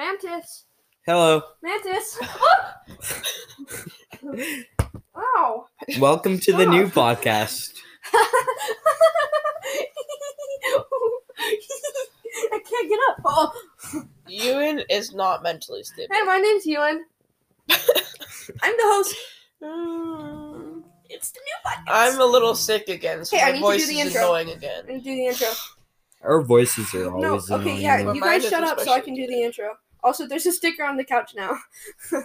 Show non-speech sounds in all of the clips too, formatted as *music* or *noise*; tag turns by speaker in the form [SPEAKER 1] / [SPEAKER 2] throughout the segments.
[SPEAKER 1] Mantis.
[SPEAKER 2] Hello.
[SPEAKER 1] Mantis. wow.
[SPEAKER 2] Welcome to the
[SPEAKER 1] Stop. *laughs*
[SPEAKER 2] new podcast.
[SPEAKER 1] I can't get up. Oh.
[SPEAKER 3] Ewan is not mentally stable.
[SPEAKER 1] Hey, my name's Ewan. I'm the host. It's the new podcast.
[SPEAKER 3] Mm. I'm a little sick again, so
[SPEAKER 1] Hey, I
[SPEAKER 3] my
[SPEAKER 1] need to
[SPEAKER 3] voice
[SPEAKER 1] do the
[SPEAKER 3] is
[SPEAKER 1] intro.
[SPEAKER 3] annoying
[SPEAKER 1] I'm
[SPEAKER 3] again.
[SPEAKER 1] gonna do the intro.
[SPEAKER 2] Our voices are
[SPEAKER 1] No,
[SPEAKER 2] always
[SPEAKER 1] okay,
[SPEAKER 2] annoying
[SPEAKER 1] yeah.
[SPEAKER 2] though.
[SPEAKER 1] You
[SPEAKER 3] Well, mine
[SPEAKER 1] guys shut
[SPEAKER 3] isn't
[SPEAKER 1] up so I
[SPEAKER 3] special.
[SPEAKER 1] can do the intro. Also, there's a sticker on the couch now. *laughs*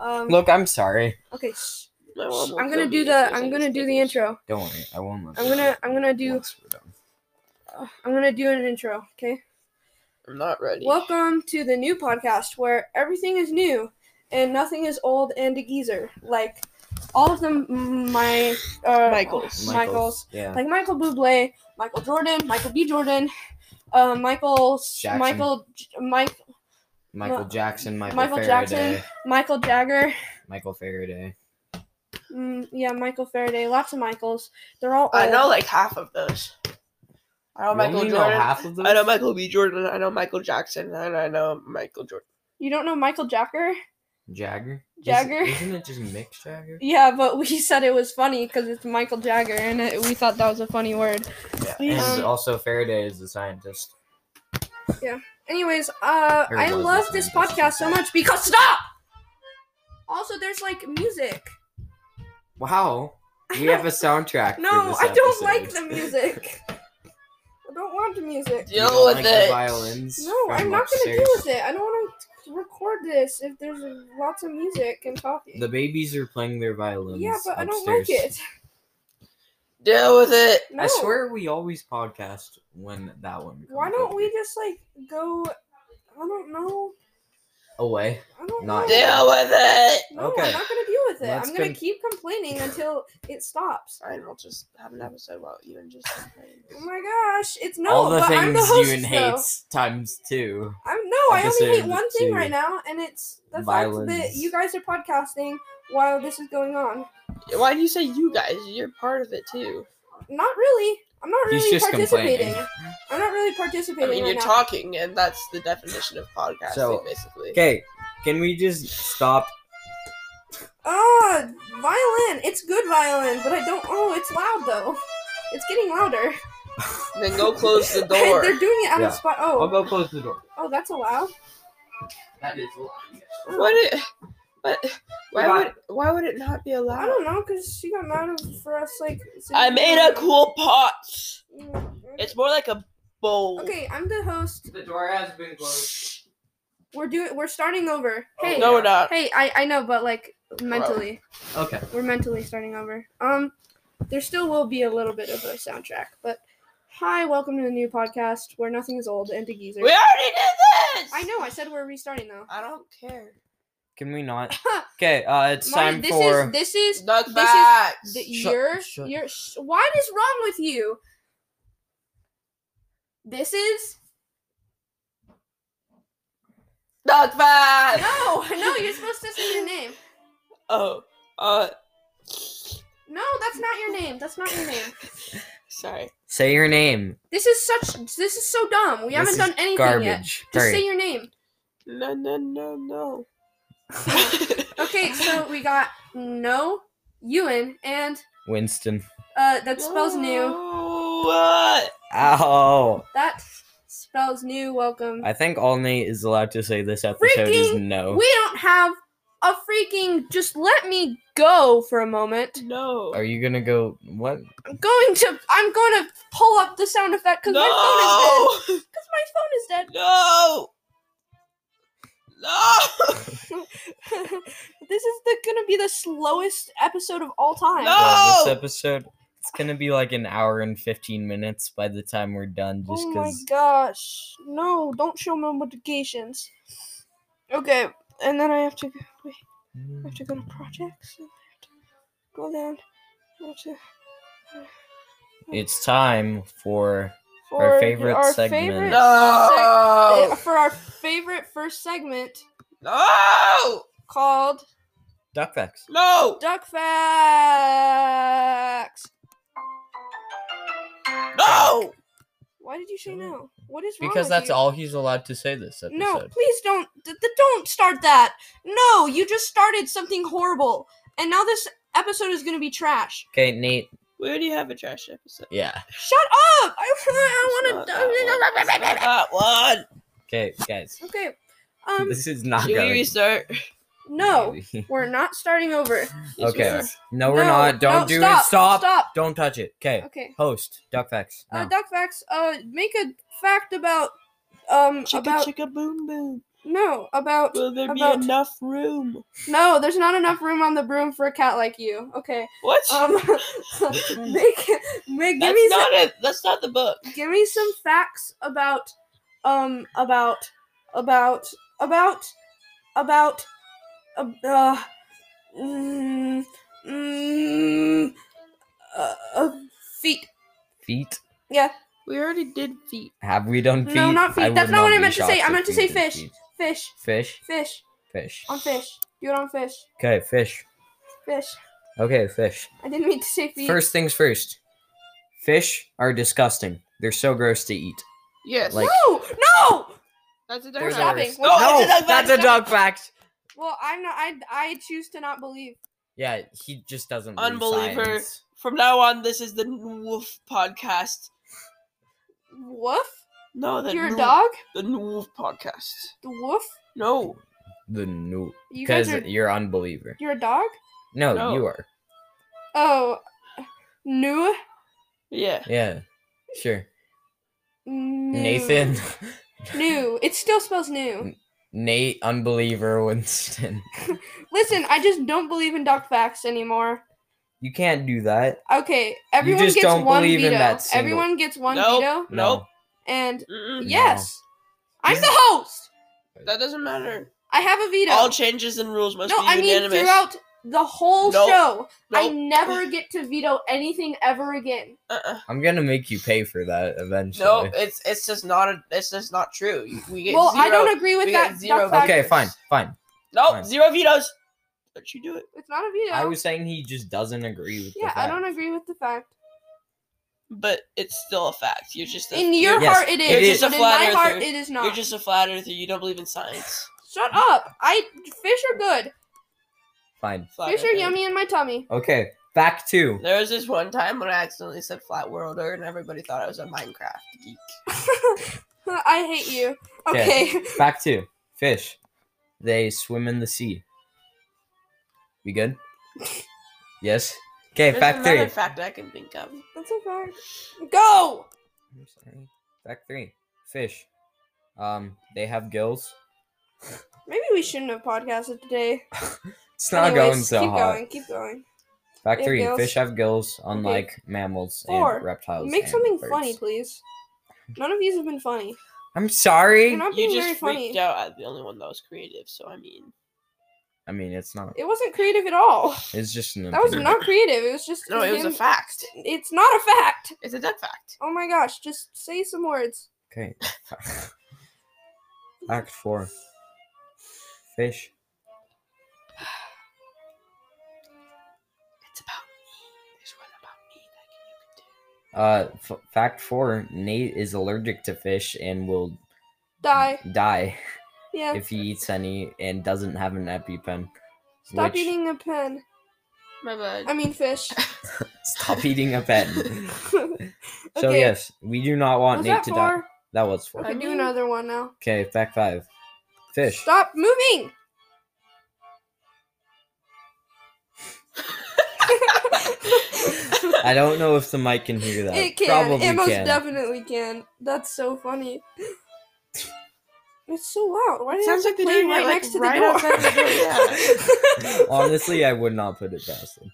[SPEAKER 1] um,
[SPEAKER 2] Look, I'm sorry.
[SPEAKER 1] okay, shh.
[SPEAKER 3] My mom
[SPEAKER 1] Oh, I'm
[SPEAKER 3] will
[SPEAKER 1] gonna do
[SPEAKER 3] kill me if
[SPEAKER 1] the.
[SPEAKER 3] there's
[SPEAKER 1] I'm
[SPEAKER 3] any
[SPEAKER 1] gonna do the
[SPEAKER 3] stickers.
[SPEAKER 1] intro.
[SPEAKER 2] Don't worry, I won't let
[SPEAKER 1] I'm
[SPEAKER 2] you
[SPEAKER 1] gonna.
[SPEAKER 2] do
[SPEAKER 1] I'm gonna
[SPEAKER 2] it
[SPEAKER 1] do.
[SPEAKER 2] once we're done.
[SPEAKER 1] I'm gonna do an intro. Okay.
[SPEAKER 3] I'm not ready.
[SPEAKER 1] Welcome to the new podcast where everything is new and nothing is old and a geezer. Like all of them, mm, my uh,
[SPEAKER 3] Michaels.
[SPEAKER 1] Michaels,
[SPEAKER 2] Yeah.
[SPEAKER 1] like Michael Bublé, Michael Jordan, Michael B. Jordan, uh, Michael,
[SPEAKER 2] Jackson.
[SPEAKER 1] Michael, J- Mike,
[SPEAKER 2] Michael
[SPEAKER 1] Well,
[SPEAKER 2] Jackson, Michael,
[SPEAKER 1] Michael Jackson.
[SPEAKER 2] Faraday.
[SPEAKER 1] Michael Jagger.
[SPEAKER 2] Michael Faraday.
[SPEAKER 1] Mm, yeah, Michael Faraday. Lots of Michaels. They're all. Old.
[SPEAKER 3] I know like half of those.
[SPEAKER 1] Oh,
[SPEAKER 3] I know
[SPEAKER 2] You
[SPEAKER 3] Michael
[SPEAKER 2] only know
[SPEAKER 3] Jordan.
[SPEAKER 2] half of
[SPEAKER 3] I know
[SPEAKER 2] those?
[SPEAKER 3] Michael B. Jordan. I know Michael Jackson, and I know Michael Jordan.
[SPEAKER 1] You don't know Michael Jagger?
[SPEAKER 2] Jagger? Is-
[SPEAKER 1] Jagger.
[SPEAKER 2] isn't it just Mick
[SPEAKER 1] *laughs*
[SPEAKER 2] Jagger?
[SPEAKER 1] Yeah, but we said it was funny because it's Michael Jagger, and it, we thought that was a funny word.
[SPEAKER 2] And
[SPEAKER 1] Um,
[SPEAKER 2] also Faraday is the scientist.
[SPEAKER 1] Anyways, uh,
[SPEAKER 2] Or
[SPEAKER 1] I
[SPEAKER 2] was
[SPEAKER 1] love this
[SPEAKER 2] listening to this
[SPEAKER 1] podcast so much because stop. Also, there's like music.
[SPEAKER 2] Wow. We
[SPEAKER 1] *laughs*
[SPEAKER 2] have a soundtrack. for
[SPEAKER 1] No,
[SPEAKER 2] this
[SPEAKER 1] I don't like
[SPEAKER 2] *laughs*
[SPEAKER 1] the
[SPEAKER 2] episode.
[SPEAKER 1] music. I don't want the music.
[SPEAKER 2] You
[SPEAKER 3] *laughs* Deal
[SPEAKER 2] don't
[SPEAKER 3] with
[SPEAKER 2] like
[SPEAKER 3] it.
[SPEAKER 2] The violins
[SPEAKER 1] No,
[SPEAKER 2] from
[SPEAKER 1] I'm not gonna deal
[SPEAKER 2] upstairs?
[SPEAKER 1] with it. I don't want to record this if there's lots of music and talking.
[SPEAKER 2] The babies are playing their violins.
[SPEAKER 1] yeah, but I don't
[SPEAKER 2] upstairs.
[SPEAKER 1] like it.
[SPEAKER 3] Deal with it.
[SPEAKER 1] No.
[SPEAKER 2] I swear we always podcast when that one.
[SPEAKER 1] Why
[SPEAKER 2] comes
[SPEAKER 1] don't
[SPEAKER 2] up.
[SPEAKER 1] we just like go? I don't know.
[SPEAKER 2] away?
[SPEAKER 1] I don't
[SPEAKER 2] Not
[SPEAKER 1] know.
[SPEAKER 3] Deal with it.
[SPEAKER 1] No,
[SPEAKER 2] Okay.
[SPEAKER 1] I'm not gonna deal with it.
[SPEAKER 2] Let's
[SPEAKER 1] I'm gonna
[SPEAKER 2] con-
[SPEAKER 1] keep complaining until it stops.
[SPEAKER 3] Fine, we'll just have an episode about you and just complain.
[SPEAKER 1] Oh my gosh, it's no.
[SPEAKER 2] All the
[SPEAKER 1] but
[SPEAKER 2] things
[SPEAKER 1] I'm the host,
[SPEAKER 2] Ewan
[SPEAKER 1] though.
[SPEAKER 2] hates times two.
[SPEAKER 1] I'm no, I only hate
[SPEAKER 2] Episode
[SPEAKER 1] one thing
[SPEAKER 2] two.
[SPEAKER 1] right now, and it's the fact that
[SPEAKER 2] Violence.
[SPEAKER 1] you guys are podcasting while this is going on.
[SPEAKER 3] Why do you say you guys? You're part of it too.
[SPEAKER 1] Not really. I'm not
[SPEAKER 2] He's
[SPEAKER 1] really
[SPEAKER 2] just
[SPEAKER 1] participating.
[SPEAKER 2] complaining.
[SPEAKER 1] I'm not really
[SPEAKER 3] I
[SPEAKER 1] participating
[SPEAKER 3] mean,
[SPEAKER 1] right
[SPEAKER 3] you're
[SPEAKER 1] now.
[SPEAKER 3] talking, and that's the definition of podcasting,
[SPEAKER 2] So,
[SPEAKER 3] basically.
[SPEAKER 2] Okay, can we just stop?
[SPEAKER 1] Ah, violin. It's good violin, but I don't. Oh, it's loud though. It's getting louder.
[SPEAKER 3] Then go close *laughs* the
[SPEAKER 1] *laughs*
[SPEAKER 3] door.
[SPEAKER 1] They're doing it out
[SPEAKER 2] Yeah.
[SPEAKER 1] of spot. Oh,
[SPEAKER 2] go close the door.
[SPEAKER 1] oh, that's allowed.
[SPEAKER 2] That is.
[SPEAKER 3] What? It, but why would why would it not be
[SPEAKER 1] I
[SPEAKER 3] allowed?
[SPEAKER 1] don't know, cause she got mad at- for us like. sitting
[SPEAKER 3] I made a
[SPEAKER 1] down.
[SPEAKER 3] cool pot.
[SPEAKER 1] Mm,
[SPEAKER 3] It's more like a bowl.
[SPEAKER 1] Okay, I'm the host.
[SPEAKER 2] The door has been closed.
[SPEAKER 1] We're doing. We're starting over. Hey,
[SPEAKER 3] No, we're not.
[SPEAKER 1] hey, I I know, but like mentally,
[SPEAKER 2] Okay.
[SPEAKER 1] we're mentally starting over. Um, there still will be a little bit of a soundtrack, but hi, welcome to the new podcast where nothing is old and a geezer.
[SPEAKER 3] We already did this.
[SPEAKER 1] I know. I said we're restarting though.
[SPEAKER 3] I don't care.
[SPEAKER 2] Can we not?
[SPEAKER 1] *laughs*
[SPEAKER 2] Okay, uh, it's
[SPEAKER 1] Marty,
[SPEAKER 2] time
[SPEAKER 1] this
[SPEAKER 2] for.
[SPEAKER 1] is this is
[SPEAKER 3] Not
[SPEAKER 1] this
[SPEAKER 3] facts.
[SPEAKER 1] the,
[SPEAKER 2] Shut-
[SPEAKER 1] your
[SPEAKER 2] shut-
[SPEAKER 1] your. Sh- what is wrong with you? This is
[SPEAKER 3] Not facts.
[SPEAKER 1] no, *laughs* no. You're supposed to say your name.
[SPEAKER 3] *laughs* Oh, uh,
[SPEAKER 1] No, that's not your name. That's not your name.
[SPEAKER 3] sorry.
[SPEAKER 2] Say your name.
[SPEAKER 1] This is such. This is so dumb. We
[SPEAKER 2] This
[SPEAKER 1] haven't
[SPEAKER 2] is
[SPEAKER 1] done anything yet.
[SPEAKER 2] Garbage.
[SPEAKER 1] Just
[SPEAKER 2] Hurry.
[SPEAKER 1] say your name.
[SPEAKER 3] No, no, no, *laughs* no.
[SPEAKER 1] Okay, so we got no Ewan and
[SPEAKER 2] Winston.
[SPEAKER 1] uh that spells new.
[SPEAKER 3] What?
[SPEAKER 2] Ow.
[SPEAKER 1] That spells new. Welcome.
[SPEAKER 2] I think all Nate is allowed to say this episode is
[SPEAKER 1] Freaking
[SPEAKER 2] no.
[SPEAKER 1] We don't have a freaking. Just let me go for a moment.
[SPEAKER 3] No.
[SPEAKER 2] Are you gonna go? What?
[SPEAKER 1] I'm going to. I'm going to pull up the sound effect because
[SPEAKER 3] no.
[SPEAKER 1] my phone is dead. Because my phone is dead.
[SPEAKER 3] No.
[SPEAKER 1] *laughs*
[SPEAKER 3] No.
[SPEAKER 1] this is the, gonna be the slowest episode of all time.
[SPEAKER 3] No.
[SPEAKER 2] Yeah,
[SPEAKER 3] Oh!
[SPEAKER 2] this episode, it's gonna be like an hour and 15 minutes by the time we're done, just
[SPEAKER 1] oh my
[SPEAKER 2] because.
[SPEAKER 1] gosh. No, don't show me modifications. Okay, and then I have to go- wait, I have to go to projects. And I have to go down. I have to,
[SPEAKER 2] It's time for.
[SPEAKER 1] for
[SPEAKER 2] favorite
[SPEAKER 1] our
[SPEAKER 2] segment.
[SPEAKER 1] favorite
[SPEAKER 3] No.
[SPEAKER 2] Oh.
[SPEAKER 1] seg- for our favorite first segment
[SPEAKER 3] No.
[SPEAKER 1] called
[SPEAKER 2] Duck Facts.
[SPEAKER 3] No.
[SPEAKER 1] Duck Facts.
[SPEAKER 3] No.
[SPEAKER 1] Why did you say
[SPEAKER 2] No.
[SPEAKER 1] no? What is wrong?
[SPEAKER 2] Because
[SPEAKER 1] with
[SPEAKER 2] that's
[SPEAKER 1] you?
[SPEAKER 2] all he's allowed to say this episode.
[SPEAKER 1] No, please don't. Th- th- don't start that. No, you just started something horrible, and now this episode is gonna be trash.
[SPEAKER 2] Okay, Nate.
[SPEAKER 3] We already have a trash episode.
[SPEAKER 2] Yeah.
[SPEAKER 1] Shut up! I, *laughs* I
[SPEAKER 3] Not
[SPEAKER 1] want
[SPEAKER 3] that one. Not
[SPEAKER 1] *laughs* to.
[SPEAKER 3] that
[SPEAKER 2] *laughs*
[SPEAKER 3] one.
[SPEAKER 2] Okay, guys.
[SPEAKER 1] Okay. Um.
[SPEAKER 2] This is not
[SPEAKER 3] Should we
[SPEAKER 2] going.
[SPEAKER 3] restart?
[SPEAKER 2] *laughs*
[SPEAKER 1] No, we're not starting over.
[SPEAKER 2] okay.
[SPEAKER 3] Yes,
[SPEAKER 2] No, we're
[SPEAKER 1] No,
[SPEAKER 2] not. Don't
[SPEAKER 1] no,
[SPEAKER 2] do
[SPEAKER 1] stop,
[SPEAKER 2] it. Stop.
[SPEAKER 1] stop.
[SPEAKER 2] Don't touch it. Okay.
[SPEAKER 1] Okay.
[SPEAKER 2] Host. Duck facts. Oh,
[SPEAKER 1] Uh,
[SPEAKER 2] No.
[SPEAKER 1] Duck facts. Uh, make a fact about. Um.
[SPEAKER 3] Chicka
[SPEAKER 1] about
[SPEAKER 3] chicka boom boom.
[SPEAKER 1] no. About
[SPEAKER 3] Will there be
[SPEAKER 1] About-
[SPEAKER 3] enough room?
[SPEAKER 1] no. There's not enough room on the broom for a cat like you. Okay.
[SPEAKER 3] What?
[SPEAKER 1] Um. *laughs* make make give
[SPEAKER 3] that's
[SPEAKER 1] me some.
[SPEAKER 3] not it. That's not the book.
[SPEAKER 1] give me some facts about um about about about about ab- uh mm, mm, uh, uh feet
[SPEAKER 2] feet.
[SPEAKER 1] yeah
[SPEAKER 3] We already did feet.
[SPEAKER 2] Have we done feet?
[SPEAKER 1] No, not feet.
[SPEAKER 2] I
[SPEAKER 1] That's
[SPEAKER 2] would
[SPEAKER 1] not what I
[SPEAKER 2] be
[SPEAKER 1] meant to say.
[SPEAKER 2] shocked
[SPEAKER 1] I
[SPEAKER 2] if
[SPEAKER 1] meant to
[SPEAKER 2] we
[SPEAKER 1] say
[SPEAKER 2] did
[SPEAKER 1] fish. Uh,
[SPEAKER 2] feet.
[SPEAKER 1] fish
[SPEAKER 2] Fish.
[SPEAKER 1] fish
[SPEAKER 2] Fish.
[SPEAKER 1] on fish do it on fish
[SPEAKER 2] Okay, fish.
[SPEAKER 1] fish
[SPEAKER 2] Okay, fish.
[SPEAKER 1] I didn't mean to say feet
[SPEAKER 2] First things first. Fish are disgusting. They're so gross to eat.
[SPEAKER 3] Yes.
[SPEAKER 2] Like-
[SPEAKER 1] no no
[SPEAKER 3] that's a
[SPEAKER 1] We're
[SPEAKER 2] They're
[SPEAKER 3] dog.
[SPEAKER 1] stopping.
[SPEAKER 2] the worst.
[SPEAKER 1] We're
[SPEAKER 3] No,
[SPEAKER 1] stopping.
[SPEAKER 3] it's a dog
[SPEAKER 2] that's a
[SPEAKER 1] *laughs*
[SPEAKER 3] fact.
[SPEAKER 2] dog fact.
[SPEAKER 1] well I'm not I I choose to not believe
[SPEAKER 2] Yeah, he just doesn't. believe
[SPEAKER 3] Unbeliever.
[SPEAKER 2] science.
[SPEAKER 3] From now on, this is the Wolf podcast.
[SPEAKER 1] woof
[SPEAKER 3] No, the
[SPEAKER 1] you're a
[SPEAKER 3] Noof-
[SPEAKER 1] dog
[SPEAKER 3] The Wolf podcast.
[SPEAKER 1] the woof
[SPEAKER 3] No,
[SPEAKER 2] The new
[SPEAKER 1] you
[SPEAKER 2] because
[SPEAKER 1] guys are
[SPEAKER 2] you're unbeliever.
[SPEAKER 1] you're a dog
[SPEAKER 2] No,
[SPEAKER 3] No.
[SPEAKER 2] you are.
[SPEAKER 1] Oh, new
[SPEAKER 3] yeah.
[SPEAKER 2] Yeah, sure.
[SPEAKER 1] new-
[SPEAKER 2] Nathan, *laughs*
[SPEAKER 1] New. It still spells new.
[SPEAKER 2] Nate, unbeliever, Winston.
[SPEAKER 1] Listen, I just don't believe in duck facts anymore.
[SPEAKER 2] You can't do that.
[SPEAKER 1] Okay, everyone
[SPEAKER 2] just
[SPEAKER 1] gets
[SPEAKER 2] don't
[SPEAKER 1] one
[SPEAKER 2] believe in
[SPEAKER 1] veto.
[SPEAKER 2] that single-
[SPEAKER 1] Everyone gets one
[SPEAKER 3] Nope.
[SPEAKER 1] veto,
[SPEAKER 2] No,
[SPEAKER 1] and
[SPEAKER 2] Mm-hmm.
[SPEAKER 3] Mm-mm.
[SPEAKER 1] yes, I'm
[SPEAKER 2] This
[SPEAKER 1] the
[SPEAKER 2] is-
[SPEAKER 1] host.
[SPEAKER 3] That doesn't matter.
[SPEAKER 1] I have a veto.
[SPEAKER 3] All changes in rules must
[SPEAKER 1] no,
[SPEAKER 3] be
[SPEAKER 1] I mean
[SPEAKER 3] unanimous.
[SPEAKER 1] throughout the whole
[SPEAKER 3] Nope.
[SPEAKER 1] show, I
[SPEAKER 3] Nope.
[SPEAKER 1] never get to veto anything ever again.
[SPEAKER 3] uh-uh.
[SPEAKER 2] I'm gonna make you pay for that eventually.
[SPEAKER 3] No, it's it's just not a, it's just not true. You- We get
[SPEAKER 1] Well,
[SPEAKER 3] zero.
[SPEAKER 1] I don't agree with
[SPEAKER 3] we
[SPEAKER 1] that
[SPEAKER 3] got zero
[SPEAKER 1] duck fact.
[SPEAKER 2] Okay,
[SPEAKER 3] Factors.
[SPEAKER 2] fine, fine.
[SPEAKER 3] Nope,
[SPEAKER 2] Fine.
[SPEAKER 3] zero vetoes. Don't you do it?
[SPEAKER 1] It's not a veto.
[SPEAKER 2] I was saying he just doesn't agree with. the
[SPEAKER 1] yeah, I
[SPEAKER 2] fact.
[SPEAKER 1] don't agree with the fact.
[SPEAKER 3] But it's still a fact. You're just a,
[SPEAKER 1] In your
[SPEAKER 3] you're,
[SPEAKER 2] Yes,
[SPEAKER 1] heart, it is.
[SPEAKER 2] it is.
[SPEAKER 1] But in
[SPEAKER 3] Flat
[SPEAKER 1] my heart,
[SPEAKER 3] earther.
[SPEAKER 1] it is not.
[SPEAKER 3] you're just a flat earther. You don't believe in science.
[SPEAKER 1] Shut up! I fish are good.
[SPEAKER 2] Fine.
[SPEAKER 3] Flat
[SPEAKER 1] Fish are
[SPEAKER 3] earther.
[SPEAKER 1] yummy in my tummy. *laughs*
[SPEAKER 2] Okay, back to
[SPEAKER 3] There was this one time when I accidentally said flat worlder, and everybody thought I was a Minecraft geek.
[SPEAKER 1] I hate you.
[SPEAKER 2] Okay.
[SPEAKER 1] Okay. *laughs*
[SPEAKER 2] back to fish. They swim in the sea. We good? yes. Okay,
[SPEAKER 3] There's
[SPEAKER 2] fact
[SPEAKER 3] another
[SPEAKER 2] three.
[SPEAKER 3] fact I can think of.
[SPEAKER 1] That's a fact. Go.
[SPEAKER 2] I'm sorry. Fact three. Fish. Um, they have gills.
[SPEAKER 1] Maybe we shouldn't have podcasted today.
[SPEAKER 2] It's not
[SPEAKER 1] Anyways,
[SPEAKER 2] going so
[SPEAKER 1] keep
[SPEAKER 2] hot.
[SPEAKER 1] going. Keep going.
[SPEAKER 2] Fact
[SPEAKER 1] They have
[SPEAKER 2] three.
[SPEAKER 1] gills.
[SPEAKER 2] Fish have gills, unlike mammals
[SPEAKER 1] Four.
[SPEAKER 2] and reptiles.
[SPEAKER 1] Make
[SPEAKER 2] and
[SPEAKER 1] something
[SPEAKER 2] birds.
[SPEAKER 1] funny, please. None of these have been funny.
[SPEAKER 2] I'm sorry.
[SPEAKER 1] You're not
[SPEAKER 3] You
[SPEAKER 1] being
[SPEAKER 3] just
[SPEAKER 1] very
[SPEAKER 3] freaked
[SPEAKER 1] funny.
[SPEAKER 3] out at the only one that was creative. So I mean,
[SPEAKER 2] I mean, it's not.
[SPEAKER 1] It wasn't creative at
[SPEAKER 2] *laughs*
[SPEAKER 1] all.
[SPEAKER 2] It's just an.
[SPEAKER 1] That was
[SPEAKER 2] opinion.
[SPEAKER 1] not creative. It was just.
[SPEAKER 3] no, it was a
[SPEAKER 1] him-
[SPEAKER 3] fact.
[SPEAKER 1] It's not a fact.
[SPEAKER 3] It's a duck fact.
[SPEAKER 1] Oh my gosh! Just say some words.
[SPEAKER 2] Okay. *laughs* Act four. Fish.
[SPEAKER 3] It's about me. There's one about me that you can do.
[SPEAKER 2] Uh, f- fact four. Nate is allergic to fish and will
[SPEAKER 1] Die.
[SPEAKER 2] die
[SPEAKER 1] Yeah.
[SPEAKER 2] if he eats any and doesn't have an EpiPen.
[SPEAKER 1] Stop
[SPEAKER 2] which-
[SPEAKER 1] eating a pen.
[SPEAKER 3] My bad.
[SPEAKER 1] I mean
[SPEAKER 2] *laughs*
[SPEAKER 1] fish. *laughs*
[SPEAKER 2] Stop eating a pen. So
[SPEAKER 1] Okay.
[SPEAKER 2] yes, we do not want
[SPEAKER 1] Was
[SPEAKER 2] Nate
[SPEAKER 1] that
[SPEAKER 2] to die.
[SPEAKER 1] four?
[SPEAKER 2] That was four.
[SPEAKER 1] Okay,
[SPEAKER 3] I
[SPEAKER 1] do
[SPEAKER 3] mean-
[SPEAKER 1] another one now.
[SPEAKER 2] Okay, fact five. Fish.
[SPEAKER 1] Stop
[SPEAKER 2] *laughs*
[SPEAKER 3] *laughs*
[SPEAKER 1] moving. *laughs*
[SPEAKER 2] I don't know if the mic can hear that.
[SPEAKER 1] it can.
[SPEAKER 2] Probably
[SPEAKER 1] it most
[SPEAKER 2] can.
[SPEAKER 1] definitely can. That's so funny. It's so loud. Why did
[SPEAKER 3] Sounds
[SPEAKER 1] it
[SPEAKER 3] like they
[SPEAKER 1] play
[SPEAKER 3] did it,
[SPEAKER 1] right
[SPEAKER 3] like,
[SPEAKER 1] next to
[SPEAKER 3] right
[SPEAKER 1] the door?
[SPEAKER 3] outside the door, yeah.
[SPEAKER 2] Honestly, I would not put it past them.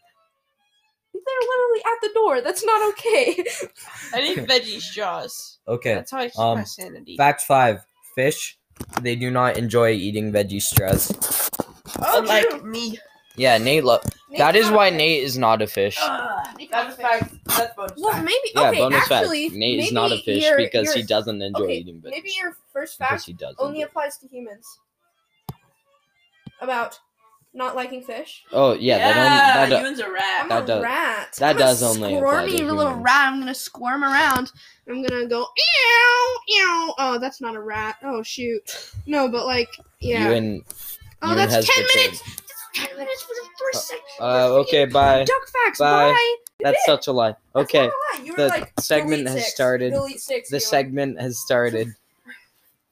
[SPEAKER 1] *laughs* They're literally at the door. That's not okay.
[SPEAKER 3] I need veggie straws.
[SPEAKER 2] Okay.
[SPEAKER 3] That's how I keep my
[SPEAKER 2] um,
[SPEAKER 3] sanity.
[SPEAKER 2] Fact five. Fish. They do not enjoy eating veggie straws.
[SPEAKER 3] Unlike me.
[SPEAKER 2] Yeah, Nate. Lo- that
[SPEAKER 1] Nate's
[SPEAKER 2] is
[SPEAKER 1] not
[SPEAKER 2] why
[SPEAKER 1] okay.
[SPEAKER 2] Nate is not a fish.
[SPEAKER 3] that's fact. That's bonus
[SPEAKER 1] Well,
[SPEAKER 3] fact.
[SPEAKER 1] maybe.
[SPEAKER 2] yeah,
[SPEAKER 1] okay,
[SPEAKER 2] bonus
[SPEAKER 1] actually,
[SPEAKER 2] fact. Nate
[SPEAKER 1] maybe
[SPEAKER 2] is not a fish
[SPEAKER 1] your-
[SPEAKER 2] because
[SPEAKER 1] your-
[SPEAKER 2] he doesn't enjoy
[SPEAKER 1] okay,
[SPEAKER 2] eating veggies.
[SPEAKER 1] Maybe your first
[SPEAKER 2] because
[SPEAKER 1] fact
[SPEAKER 2] he does.
[SPEAKER 1] only applies to humans. About not liking fish.
[SPEAKER 4] Oh yeah, that
[SPEAKER 2] uh,
[SPEAKER 4] only that,
[SPEAKER 3] humans are
[SPEAKER 1] I'm
[SPEAKER 3] rad.
[SPEAKER 4] That
[SPEAKER 1] a
[SPEAKER 4] does-
[SPEAKER 1] rat.
[SPEAKER 4] that
[SPEAKER 1] I'm a
[SPEAKER 4] does only apply to
[SPEAKER 1] squirmy little
[SPEAKER 4] humans.
[SPEAKER 1] rat. I'm gonna squirm around. I'm gonna go ew ew. Oh, that's not a rat. Oh shoot. No, but like yeah.
[SPEAKER 4] you and
[SPEAKER 1] oh,
[SPEAKER 4] you
[SPEAKER 1] that's ten
[SPEAKER 4] hesitated.
[SPEAKER 1] minutes. That's ten minutes for the first second.
[SPEAKER 4] Uh, okay, bye.
[SPEAKER 1] Duck facts.
[SPEAKER 4] Bye.
[SPEAKER 1] Bye.
[SPEAKER 4] That's such a lie.
[SPEAKER 1] That's
[SPEAKER 4] Okay,
[SPEAKER 1] not a lie. You were
[SPEAKER 4] the
[SPEAKER 1] like,
[SPEAKER 4] segment
[SPEAKER 1] delete
[SPEAKER 4] has
[SPEAKER 1] six.
[SPEAKER 4] started.
[SPEAKER 1] Delete six,
[SPEAKER 4] the
[SPEAKER 1] Dylan.
[SPEAKER 4] segment has started.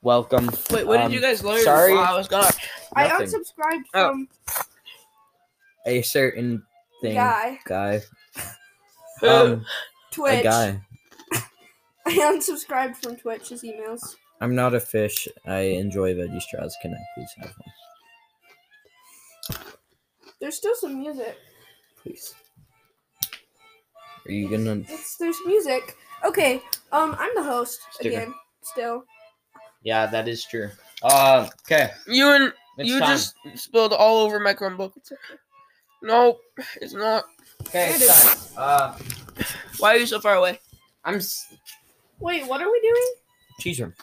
[SPEAKER 4] Welcome.
[SPEAKER 3] Wait, what
[SPEAKER 4] Um,
[SPEAKER 3] did you guys learn
[SPEAKER 4] sorry.
[SPEAKER 3] while I
[SPEAKER 4] *laughs*
[SPEAKER 3] was gone?
[SPEAKER 1] I
[SPEAKER 2] Nothing.
[SPEAKER 1] unsubscribed
[SPEAKER 3] Oh,
[SPEAKER 1] from
[SPEAKER 2] A certain thing.
[SPEAKER 1] guy
[SPEAKER 2] Guy.
[SPEAKER 3] Who?
[SPEAKER 2] Um,
[SPEAKER 1] Twitch. *laughs*
[SPEAKER 2] a guy.
[SPEAKER 1] I unsubscribed from Twitch's emails.
[SPEAKER 2] I'm not a fish. I enjoy veggie straws. Can I please have one?
[SPEAKER 1] There's still some music.
[SPEAKER 2] Please. Are you gonna?
[SPEAKER 1] It's there's music. Okay. Um, I'm the host
[SPEAKER 4] Sticker.
[SPEAKER 1] again. Still.
[SPEAKER 4] Yeah, that is true. Uh, okay.
[SPEAKER 3] You and
[SPEAKER 4] It's
[SPEAKER 3] you
[SPEAKER 4] time.
[SPEAKER 3] just spilled all over my Chromebook. Nope, it's not.
[SPEAKER 4] okay,
[SPEAKER 1] It
[SPEAKER 4] it's time. Uh,
[SPEAKER 3] Why are you so far away?
[SPEAKER 4] I'm s-
[SPEAKER 1] Wait, what are we doing?
[SPEAKER 2] Cheese room.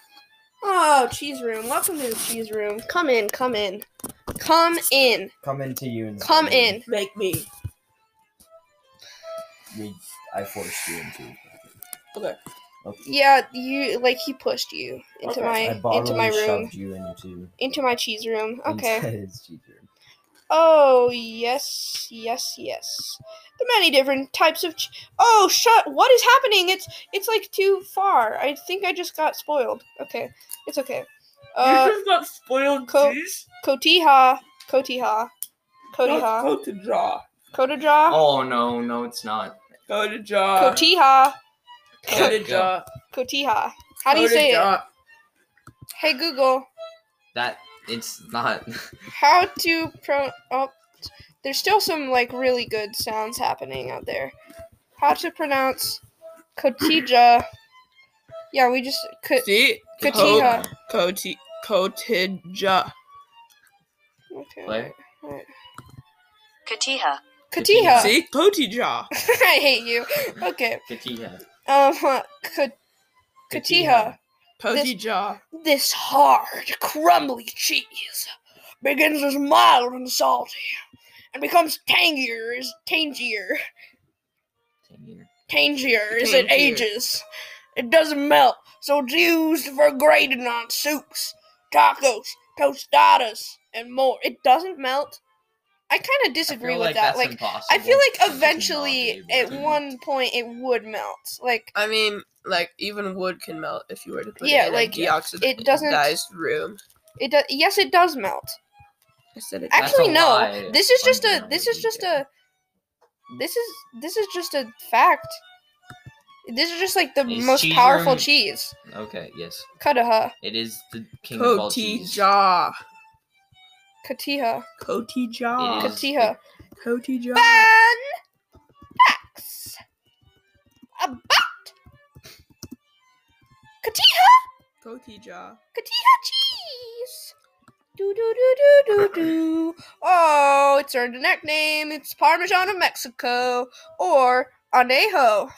[SPEAKER 1] Oh, cheese room. Welcome to the cheese room. Come in. Come in. Come in.
[SPEAKER 2] Come into you. And
[SPEAKER 1] Come in.
[SPEAKER 3] Make me.
[SPEAKER 2] We, I forced you into.
[SPEAKER 3] Okay.
[SPEAKER 1] Yeah, you like he pushed you into
[SPEAKER 3] Okay.
[SPEAKER 2] I
[SPEAKER 1] my
[SPEAKER 2] bodily
[SPEAKER 1] into my room
[SPEAKER 2] shoved you *laughs* into.
[SPEAKER 1] into my cheese room. Okay.
[SPEAKER 2] *laughs* into his cheese room.
[SPEAKER 1] Oh, yes, yes, yes. The many different types of ch- Oh, shut. What is happening? It's it's like too far. I think I just got spoiled. Okay. It's okay.
[SPEAKER 3] *laughs*
[SPEAKER 1] Uh
[SPEAKER 3] you just got spoiled
[SPEAKER 1] co-
[SPEAKER 3] cheese.
[SPEAKER 1] Kotiha, Kotiha,
[SPEAKER 3] Not
[SPEAKER 1] Kotiha,
[SPEAKER 3] go to draw.
[SPEAKER 1] Kotadraw,
[SPEAKER 4] Oh no, no, it's not.
[SPEAKER 3] Go to draw.
[SPEAKER 1] Kotiha,
[SPEAKER 4] *laughs*
[SPEAKER 3] Go to draw.
[SPEAKER 1] Kotiha. How do you say it? Hey Google,
[SPEAKER 4] That it's not.
[SPEAKER 1] how to pro oh, there's still some like really good sounds happening out there. How to pronounce Kotija. Yeah, we just could
[SPEAKER 3] See?
[SPEAKER 1] Kotiha.
[SPEAKER 4] *laughs*
[SPEAKER 3] Coti- Cotija.
[SPEAKER 1] Okay.
[SPEAKER 4] Play.
[SPEAKER 5] Katiha.
[SPEAKER 1] Katiha.
[SPEAKER 3] See? Cotija.
[SPEAKER 1] *laughs* I hate you. Okay.
[SPEAKER 4] Katia.
[SPEAKER 1] Um, *laughs* Ka- Katiha.
[SPEAKER 3] Cotija.
[SPEAKER 1] This hard, crumbly cheese begins as mild and salty and becomes tangier as tangier, tangier as it
[SPEAKER 3] Tangier.
[SPEAKER 1] ages. It doesn't melt, so it's used for grating on soups, tacos, tostadas, and more. It doesn't melt. I kind of disagree with that. Like, I feel like eventually, at one point, it would melt. Like
[SPEAKER 3] I mean, like, even wood can melt if you were to put
[SPEAKER 1] Yeah,
[SPEAKER 3] it in
[SPEAKER 1] like,
[SPEAKER 3] a deoxidized
[SPEAKER 1] it doesn't-
[SPEAKER 3] room.
[SPEAKER 1] it does. Yes, it does melt.
[SPEAKER 3] I said it
[SPEAKER 4] That's
[SPEAKER 1] Actually,
[SPEAKER 4] a
[SPEAKER 1] no.
[SPEAKER 4] lie.
[SPEAKER 1] This is just a.
[SPEAKER 4] Undeniable
[SPEAKER 1] This is just
[SPEAKER 4] detail.
[SPEAKER 1] a. This is this is just a fact. This is just like the
[SPEAKER 4] Is
[SPEAKER 1] most
[SPEAKER 4] cheese
[SPEAKER 1] powerful
[SPEAKER 4] room-
[SPEAKER 1] cheese.
[SPEAKER 4] Okay, yes,
[SPEAKER 1] Kataha,
[SPEAKER 4] it is the king of all cheese.
[SPEAKER 3] Cotija.
[SPEAKER 1] Katiha,
[SPEAKER 4] It
[SPEAKER 3] Cotija.
[SPEAKER 4] is.
[SPEAKER 1] Katiha.
[SPEAKER 3] Cotija.
[SPEAKER 1] Fun facts about Katiha,
[SPEAKER 3] Cotija.
[SPEAKER 1] Katiha cheese. Do do do do do do. Oh, it's earned a nickname. It's Parmesan of Mexico or Anejo.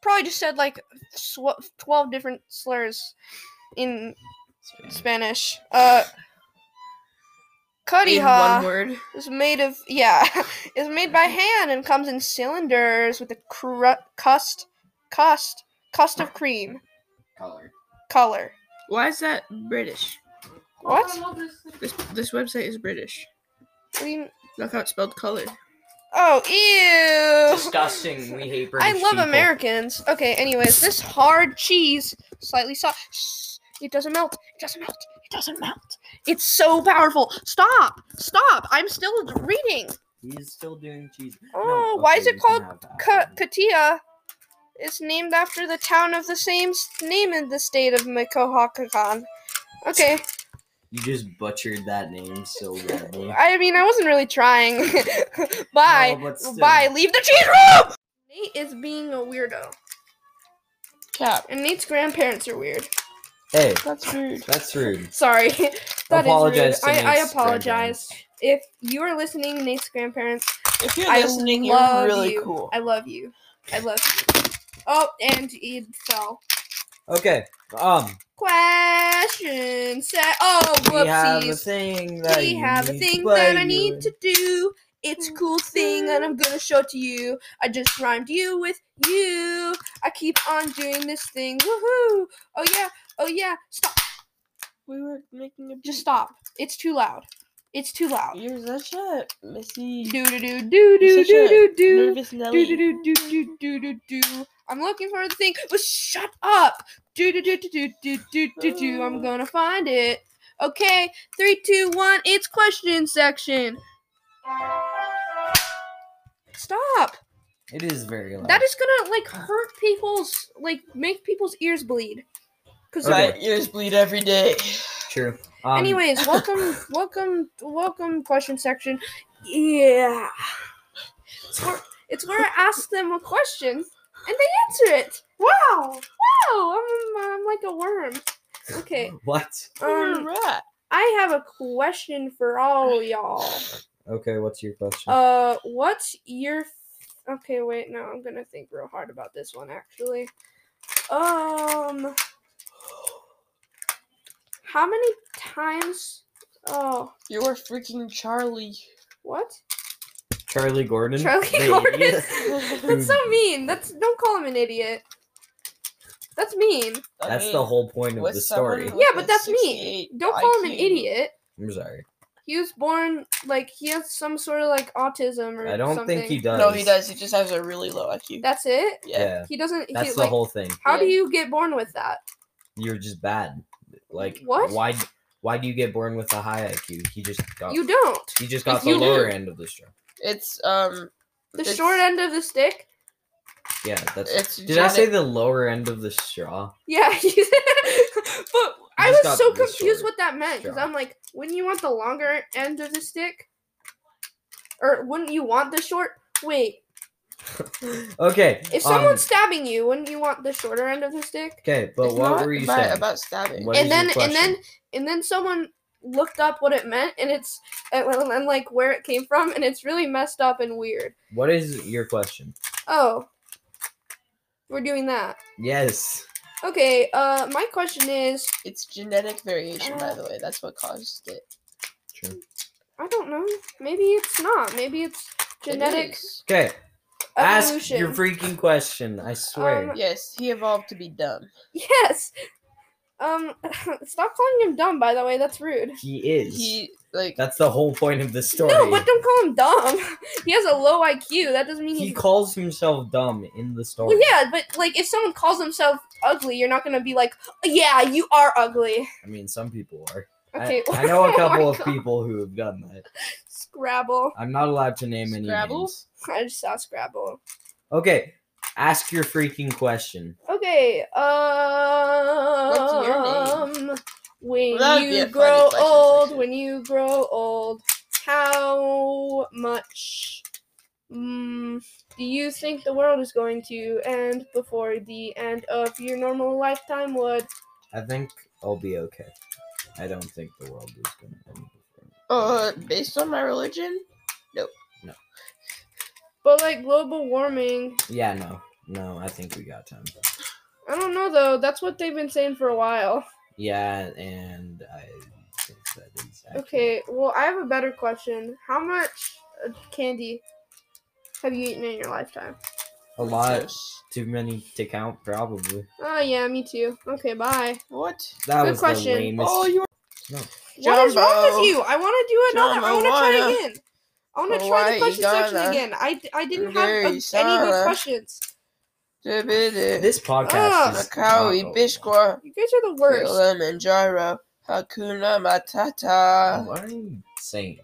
[SPEAKER 1] Probably just said like sw- twelve different slurs in Spanish. Uh,
[SPEAKER 3] In one
[SPEAKER 1] Cotija
[SPEAKER 3] word.
[SPEAKER 1] is made of yeah, *laughs* is made by hand and comes in cylinders with a cru- cust, cust, cust of cream
[SPEAKER 4] Color.
[SPEAKER 1] color.
[SPEAKER 3] Why is that British?
[SPEAKER 1] What?
[SPEAKER 3] Oh. This this website is British.
[SPEAKER 1] What do you-
[SPEAKER 3] Look how it's spelled color.
[SPEAKER 1] Oh, ew!
[SPEAKER 4] Disgusting. We hate British
[SPEAKER 1] *laughs* I love
[SPEAKER 4] people.
[SPEAKER 1] Americans. Okay, anyways, this hard cheese, slightly soft. It doesn't melt. It doesn't melt. It doesn't melt. It's so powerful. Stop! Stop! I'm still reading.
[SPEAKER 2] He's still doing cheese.
[SPEAKER 1] Oh, why is
[SPEAKER 2] okay,
[SPEAKER 1] it
[SPEAKER 2] you can
[SPEAKER 1] called
[SPEAKER 2] have that
[SPEAKER 1] Ka-
[SPEAKER 2] one.
[SPEAKER 1] Katia is named after the town of the same s- name in the state of Michoacan. Okay,
[SPEAKER 2] You just butchered that name so badly.
[SPEAKER 1] I mean I wasn't really trying. *laughs* Bye,
[SPEAKER 2] No, but still.
[SPEAKER 1] bye. Leave the cheese room. Nate is being a weirdo,
[SPEAKER 3] Cap.
[SPEAKER 1] and Nate's grandparents are weird.
[SPEAKER 2] Hey,
[SPEAKER 3] That's rude.
[SPEAKER 2] that's rude.
[SPEAKER 1] Sorry, *laughs* that is
[SPEAKER 2] apologize to
[SPEAKER 1] rude. I, I
[SPEAKER 2] Nate's
[SPEAKER 1] apologize.
[SPEAKER 2] grandparents.
[SPEAKER 1] If you are listening, Nate's grandparents,
[SPEAKER 3] If you're
[SPEAKER 1] I
[SPEAKER 3] listening,
[SPEAKER 1] love
[SPEAKER 3] you're really
[SPEAKER 1] you.
[SPEAKER 3] cool.
[SPEAKER 1] I love you. I love you. Oh, and Ed fell.
[SPEAKER 2] Okay. Um.
[SPEAKER 1] Question set. Oh,
[SPEAKER 2] We have a
[SPEAKER 1] whoopsies.
[SPEAKER 2] thing that
[SPEAKER 1] we
[SPEAKER 2] you
[SPEAKER 1] have a
[SPEAKER 2] need
[SPEAKER 1] thing
[SPEAKER 2] play
[SPEAKER 1] that I
[SPEAKER 2] you
[SPEAKER 1] need
[SPEAKER 2] in.
[SPEAKER 1] to do. It's a cool thing, and I'm gonna show it to you. I just rhymed you with you. I keep on doing this thing. Woohoo! Oh yeah, oh yeah. Stop,
[SPEAKER 3] We were making a
[SPEAKER 1] just stop. It's too loud. It's too loud.
[SPEAKER 3] You're such a messy,
[SPEAKER 1] Do do do do do
[SPEAKER 3] You're such a
[SPEAKER 1] do do do
[SPEAKER 3] nervous
[SPEAKER 1] do
[SPEAKER 3] Nelly.
[SPEAKER 1] do do do do do do. I'm looking for the thing. But shut up. Do do do do do do do do do. I'm gonna find it. Okay, three, two, one. It's question section. Stop.
[SPEAKER 2] It is very loud.
[SPEAKER 1] That is gonna like hurt people's like make people's ears bleed. Cause
[SPEAKER 2] Okay.
[SPEAKER 3] My ears bleed every day.
[SPEAKER 2] true. Um,
[SPEAKER 1] anyways, welcome, welcome, welcome question section. Yeah. It's where, it's where I ask them a question and they answer it. Wow. Wow. I'm, I'm like a worm. Okay.
[SPEAKER 2] What?
[SPEAKER 3] You're a
[SPEAKER 1] Um,
[SPEAKER 3] rat.
[SPEAKER 1] I have a question for all y'all.
[SPEAKER 2] Okay. What's your question?
[SPEAKER 1] Uh, what's your? f- Okay, wait. No, I'm gonna think real hard about this one actually. Um, how many times? Oh,
[SPEAKER 3] You're freaking Charlie.
[SPEAKER 1] what?
[SPEAKER 2] Charlie Gordon.
[SPEAKER 1] Charlie
[SPEAKER 2] The
[SPEAKER 1] Gordon. *laughs*
[SPEAKER 2] idiot?
[SPEAKER 1] That's so mean. That's don't call him an idiot. That's mean.
[SPEAKER 3] I
[SPEAKER 2] That's the
[SPEAKER 3] mean,
[SPEAKER 2] whole point of
[SPEAKER 3] with
[SPEAKER 2] the
[SPEAKER 3] someone
[SPEAKER 2] story.
[SPEAKER 3] with
[SPEAKER 1] Yeah, but
[SPEAKER 3] a
[SPEAKER 1] that's mean.
[SPEAKER 3] 68
[SPEAKER 1] Don't call him an
[SPEAKER 3] IQ.
[SPEAKER 1] idiot.
[SPEAKER 2] I'm sorry.
[SPEAKER 1] He was born like he has some sort of like autism or
[SPEAKER 2] I don't
[SPEAKER 1] something.
[SPEAKER 2] think he does.
[SPEAKER 3] No, he does. He just has a really low IQ.
[SPEAKER 1] That's it.
[SPEAKER 3] yeah.
[SPEAKER 2] Yeah.
[SPEAKER 1] He doesn't.
[SPEAKER 2] That's
[SPEAKER 1] he,
[SPEAKER 2] the
[SPEAKER 1] like,
[SPEAKER 2] whole thing.
[SPEAKER 1] How do
[SPEAKER 3] Yeah.
[SPEAKER 1] you get born with that?
[SPEAKER 2] You're just bad. Like
[SPEAKER 1] What?
[SPEAKER 2] Why? Why do you get born with a high IQ? He just got.
[SPEAKER 1] You don't.
[SPEAKER 2] he just got
[SPEAKER 3] if
[SPEAKER 2] the
[SPEAKER 3] you do-
[SPEAKER 2] lower end of the straw.
[SPEAKER 3] It's um.
[SPEAKER 1] The
[SPEAKER 3] It's-
[SPEAKER 1] short end of the stick.
[SPEAKER 2] Yeah, that's.
[SPEAKER 3] It's
[SPEAKER 2] did I say the lower end of the straw?
[SPEAKER 1] Yeah, *laughs* you- but I was
[SPEAKER 2] just got
[SPEAKER 1] so
[SPEAKER 2] the
[SPEAKER 1] confused
[SPEAKER 2] short
[SPEAKER 1] what that meant because
[SPEAKER 2] straw.
[SPEAKER 1] I'm like, wouldn't you want the longer end of the stick? Or wouldn't you want the short? Wait,
[SPEAKER 2] Okay.
[SPEAKER 1] if
[SPEAKER 2] um,
[SPEAKER 1] someone's stabbing you, wouldn't you want the shorter end of the stick?
[SPEAKER 2] okay, but
[SPEAKER 3] it's
[SPEAKER 2] what
[SPEAKER 3] not
[SPEAKER 2] were you
[SPEAKER 3] about,
[SPEAKER 2] saying?
[SPEAKER 3] about stabbing?
[SPEAKER 2] What
[SPEAKER 1] And
[SPEAKER 2] is
[SPEAKER 1] then,
[SPEAKER 2] your
[SPEAKER 1] and then,
[SPEAKER 2] question?
[SPEAKER 1] and then someone looked up what it meant, and it's and, and like where it came from, and it's really messed up and weird.
[SPEAKER 2] What is your question?
[SPEAKER 1] Oh, we're doing that.
[SPEAKER 2] Yes.
[SPEAKER 1] Okay. Uh, my question is,
[SPEAKER 3] It's genetic variation, by the way. That's what caused it.
[SPEAKER 2] True.
[SPEAKER 1] I don't know. Maybe it's not. Maybe it's
[SPEAKER 3] It
[SPEAKER 1] genetic
[SPEAKER 3] is.
[SPEAKER 2] Okay. Ask
[SPEAKER 1] evolution.
[SPEAKER 2] your freaking question. I swear.
[SPEAKER 1] Um,
[SPEAKER 3] Yes, he evolved to be dumb.
[SPEAKER 1] *laughs* Yes. Um, *laughs* stop calling him dumb. By the way, that's rude.
[SPEAKER 2] he is.
[SPEAKER 3] He like
[SPEAKER 2] That's the whole point of the story.
[SPEAKER 1] No, but don't call him dumb. *laughs* he has a low IQ. That doesn't mean
[SPEAKER 2] he
[SPEAKER 1] he's.
[SPEAKER 2] calls himself dumb in the story.
[SPEAKER 1] well, yeah, but like if someone calls himself ugly, you're not gonna be like, "Yeah, you are ugly."
[SPEAKER 2] I mean, some people are. I-
[SPEAKER 1] Okay. *laughs*
[SPEAKER 2] I, know
[SPEAKER 1] oh
[SPEAKER 2] a
[SPEAKER 1] my
[SPEAKER 2] couple of
[SPEAKER 1] God.
[SPEAKER 2] people who have done that.
[SPEAKER 1] Scrabble.
[SPEAKER 2] I'm not allowed to name any
[SPEAKER 3] Scrabble?
[SPEAKER 2] names.
[SPEAKER 1] I just saw Scrabble.
[SPEAKER 2] Okay, ask your freaking question.
[SPEAKER 1] Okay. Um.
[SPEAKER 3] your
[SPEAKER 1] When
[SPEAKER 3] That'd be
[SPEAKER 1] you
[SPEAKER 3] a funny
[SPEAKER 1] grow
[SPEAKER 3] question
[SPEAKER 1] old,
[SPEAKER 3] section.
[SPEAKER 1] when you grow old, how much mm, do you think the world is going to end before the end of your normal lifetime would?
[SPEAKER 2] I think I'll be okay. I don't think the world is going to end.
[SPEAKER 3] uh based on my religion.
[SPEAKER 1] But like global warming,
[SPEAKER 2] Yeah, no. No, I think we got time.
[SPEAKER 1] I don't know though. That's what they've been saying for a while.
[SPEAKER 2] Yeah, and I think that is accurate.
[SPEAKER 1] Okay, well, I have a better question. How much uh, candy have you eaten in your lifetime?
[SPEAKER 2] A lot. Too many to count, probably.
[SPEAKER 1] Oh, yeah, me too. Okay, bye.
[SPEAKER 3] What?
[SPEAKER 2] That
[SPEAKER 1] Good
[SPEAKER 2] was
[SPEAKER 1] question.
[SPEAKER 2] the lamest.
[SPEAKER 3] Oh, you
[SPEAKER 1] What is wrong
[SPEAKER 3] Jumbo.
[SPEAKER 1] with you? I want to do another. I
[SPEAKER 3] Jumbo,
[SPEAKER 1] want to try
[SPEAKER 3] why?
[SPEAKER 1] again. I want to
[SPEAKER 3] Well,
[SPEAKER 1] try
[SPEAKER 3] why
[SPEAKER 1] the question section
[SPEAKER 3] gotta-
[SPEAKER 1] again. I, I didn't have
[SPEAKER 3] Very
[SPEAKER 1] a, any good
[SPEAKER 3] sorry.
[SPEAKER 1] questions.
[SPEAKER 3] This
[SPEAKER 2] This podcast
[SPEAKER 3] Ah,
[SPEAKER 1] Ugh.
[SPEAKER 2] is
[SPEAKER 3] Makawi,
[SPEAKER 2] not-
[SPEAKER 3] Bishkwa,
[SPEAKER 1] You guys are the worst.
[SPEAKER 3] Willem, and Gyro, Hakuna
[SPEAKER 1] Oh,
[SPEAKER 3] Matata.
[SPEAKER 2] What are you saying?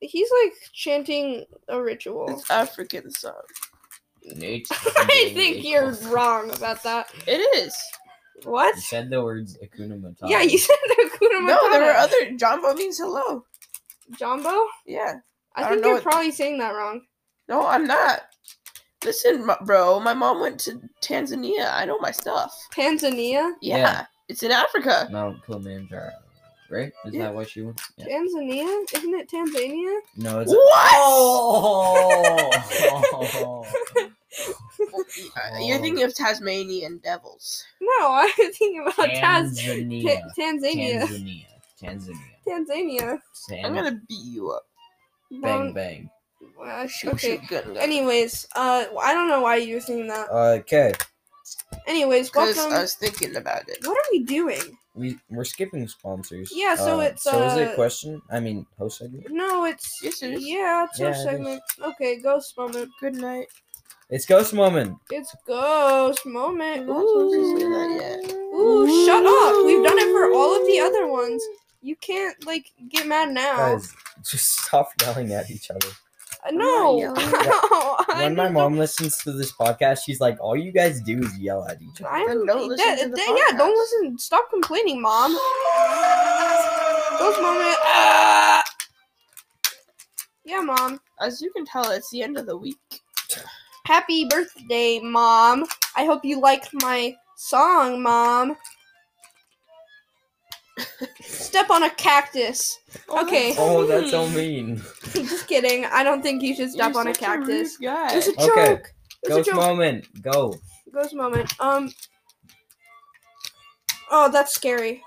[SPEAKER 1] He's like chanting a ritual.
[SPEAKER 3] It's African song.
[SPEAKER 2] Nate,
[SPEAKER 1] *laughs* I think you're wrong about that.
[SPEAKER 3] It is.
[SPEAKER 1] What?
[SPEAKER 2] You said the words Akuna Matata.
[SPEAKER 1] Yeah, you said the Hakuna
[SPEAKER 3] No, there were
[SPEAKER 1] Matata.
[SPEAKER 3] other. Jumbo means hello.
[SPEAKER 1] Jumbo?
[SPEAKER 3] Yeah. I
[SPEAKER 1] I,
[SPEAKER 3] don't
[SPEAKER 1] think
[SPEAKER 3] know
[SPEAKER 1] you're
[SPEAKER 3] what-
[SPEAKER 1] probably saying that wrong.
[SPEAKER 3] No, I'm not. Listen, m- bro, my mom went to Tanzania. I know my stuff.
[SPEAKER 1] Tanzania?
[SPEAKER 3] Yeah.
[SPEAKER 2] Yeah.
[SPEAKER 3] It's in Africa.
[SPEAKER 2] Mount Kilimanjaro. Right? Is
[SPEAKER 3] Yeah.
[SPEAKER 2] that what you want? Yeah.
[SPEAKER 1] Tanzania? Isn't it Oh. Tanzania?
[SPEAKER 2] No, it's.
[SPEAKER 3] What?
[SPEAKER 2] Oh!
[SPEAKER 3] Uh, *laughs* You're thinking of Tasmanian devils.
[SPEAKER 1] No, *laughs* I'm thinking about Taz-
[SPEAKER 2] *laughs* Tanzania.
[SPEAKER 1] Ta- Tanzania.
[SPEAKER 2] Tanzania. Tanzania.
[SPEAKER 1] Tanzania.
[SPEAKER 2] Tan-
[SPEAKER 3] I'm gonna beat you up.
[SPEAKER 2] bang bang.
[SPEAKER 1] Well, uh, sh-
[SPEAKER 3] You
[SPEAKER 1] okay.
[SPEAKER 3] should gun-
[SPEAKER 1] Anyways, uh, I don't know why you're thinking that.
[SPEAKER 2] Okay,
[SPEAKER 1] Anyways,
[SPEAKER 3] 'Cause
[SPEAKER 1] welcome.
[SPEAKER 3] I was thinking about it.
[SPEAKER 1] What are we doing?
[SPEAKER 2] we we're skipping sponsors.
[SPEAKER 1] Yeah, so
[SPEAKER 2] Uh,
[SPEAKER 1] it's,
[SPEAKER 2] so is it
[SPEAKER 1] uh,
[SPEAKER 2] a question? I mean, host segment.
[SPEAKER 1] No, it's
[SPEAKER 3] Yes, it is.
[SPEAKER 1] yeah, it's our
[SPEAKER 2] Yeah, it is.
[SPEAKER 1] segment. Okay, ghost moment.
[SPEAKER 3] Good night.
[SPEAKER 2] It's ghost moment.
[SPEAKER 1] It's ghost moment.
[SPEAKER 3] I'm not supposed to say
[SPEAKER 1] Ooh,
[SPEAKER 3] that yet.
[SPEAKER 1] ooh, shut up. We've done it for all of the other ones. You can't like get mad now.
[SPEAKER 2] Guys, *laughs* just stop yelling at each other.
[SPEAKER 1] Uh, *laughs*
[SPEAKER 3] not
[SPEAKER 1] no.
[SPEAKER 3] yelling.
[SPEAKER 1] Ow, *laughs* I
[SPEAKER 2] when my
[SPEAKER 1] don't know.
[SPEAKER 2] mom listens to this podcast, she's like, "All you guys do is yell at each other."
[SPEAKER 1] I
[SPEAKER 3] Then
[SPEAKER 1] am
[SPEAKER 3] don't listen to the
[SPEAKER 1] yeah, don't
[SPEAKER 3] podcast.
[SPEAKER 1] listen. Stop complaining, mom. Ghost moment. Ah. Yeah, mom.
[SPEAKER 3] As you can tell, it's the end of the week.
[SPEAKER 1] Happy birthday, mom. I hope you liked my song, mom. Step on a cactus. *laughs* Okay.
[SPEAKER 2] Oh, that's so mean.
[SPEAKER 1] Just kidding. I don't think you should step
[SPEAKER 3] You're
[SPEAKER 1] on a
[SPEAKER 3] such rude
[SPEAKER 1] cactus.
[SPEAKER 3] guy.
[SPEAKER 1] It was a joke.
[SPEAKER 2] Okay.
[SPEAKER 1] It was a
[SPEAKER 2] Ghost
[SPEAKER 1] joke.
[SPEAKER 2] moment. Go.
[SPEAKER 1] Ghost moment. Um. Oh, that's scary.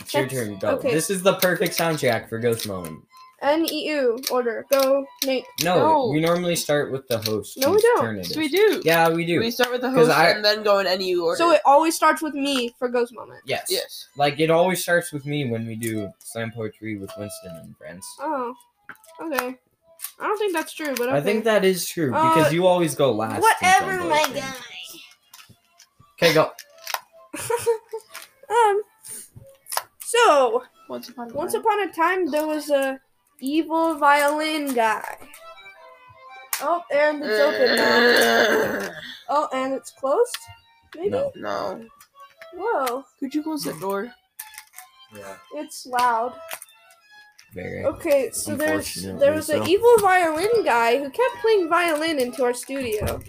[SPEAKER 2] It's your
[SPEAKER 1] That's-
[SPEAKER 2] turn. Go.
[SPEAKER 1] okay.
[SPEAKER 2] This is the perfect soundtrack for ghost moment.
[SPEAKER 1] N E U order. Go, Nate.
[SPEAKER 2] No,
[SPEAKER 3] No.
[SPEAKER 2] we normally start with the host.
[SPEAKER 1] No, we
[SPEAKER 2] whose
[SPEAKER 1] don't.
[SPEAKER 2] turn it
[SPEAKER 3] Yes, we
[SPEAKER 2] is.
[SPEAKER 3] do.
[SPEAKER 2] Yeah, we do.
[SPEAKER 3] We start with the
[SPEAKER 2] 'Cause
[SPEAKER 3] host
[SPEAKER 2] I-
[SPEAKER 3] and then go in any order.
[SPEAKER 1] So it always starts with me for Ghost Moment.
[SPEAKER 2] yes.
[SPEAKER 3] yes.
[SPEAKER 2] Like it always starts with me when we do slam poetry with Winston and friends.
[SPEAKER 1] Oh, okay. I don't think that's true, but okay.
[SPEAKER 2] I think that is true
[SPEAKER 1] Uh,
[SPEAKER 2] because you always go last. in
[SPEAKER 1] whatever,
[SPEAKER 2] slam
[SPEAKER 1] my
[SPEAKER 2] poetry.
[SPEAKER 1] guy.
[SPEAKER 2] Okay, go.
[SPEAKER 1] um. So
[SPEAKER 3] Once upon a
[SPEAKER 1] once
[SPEAKER 3] time.
[SPEAKER 1] upon a time, there was a evil violin guy. Oh, and it's open
[SPEAKER 2] *laughs*
[SPEAKER 1] now. Oh, and it's closed. Maybe.
[SPEAKER 2] No.
[SPEAKER 3] Uh, no.
[SPEAKER 1] Whoa,
[SPEAKER 3] Could you close the door?
[SPEAKER 4] Yeah.
[SPEAKER 1] it's loud.
[SPEAKER 2] Very.
[SPEAKER 1] Okay, so there's
[SPEAKER 2] Unfortunately
[SPEAKER 1] there was an
[SPEAKER 2] so.
[SPEAKER 1] evil violin guy who kept playing violin into our studio.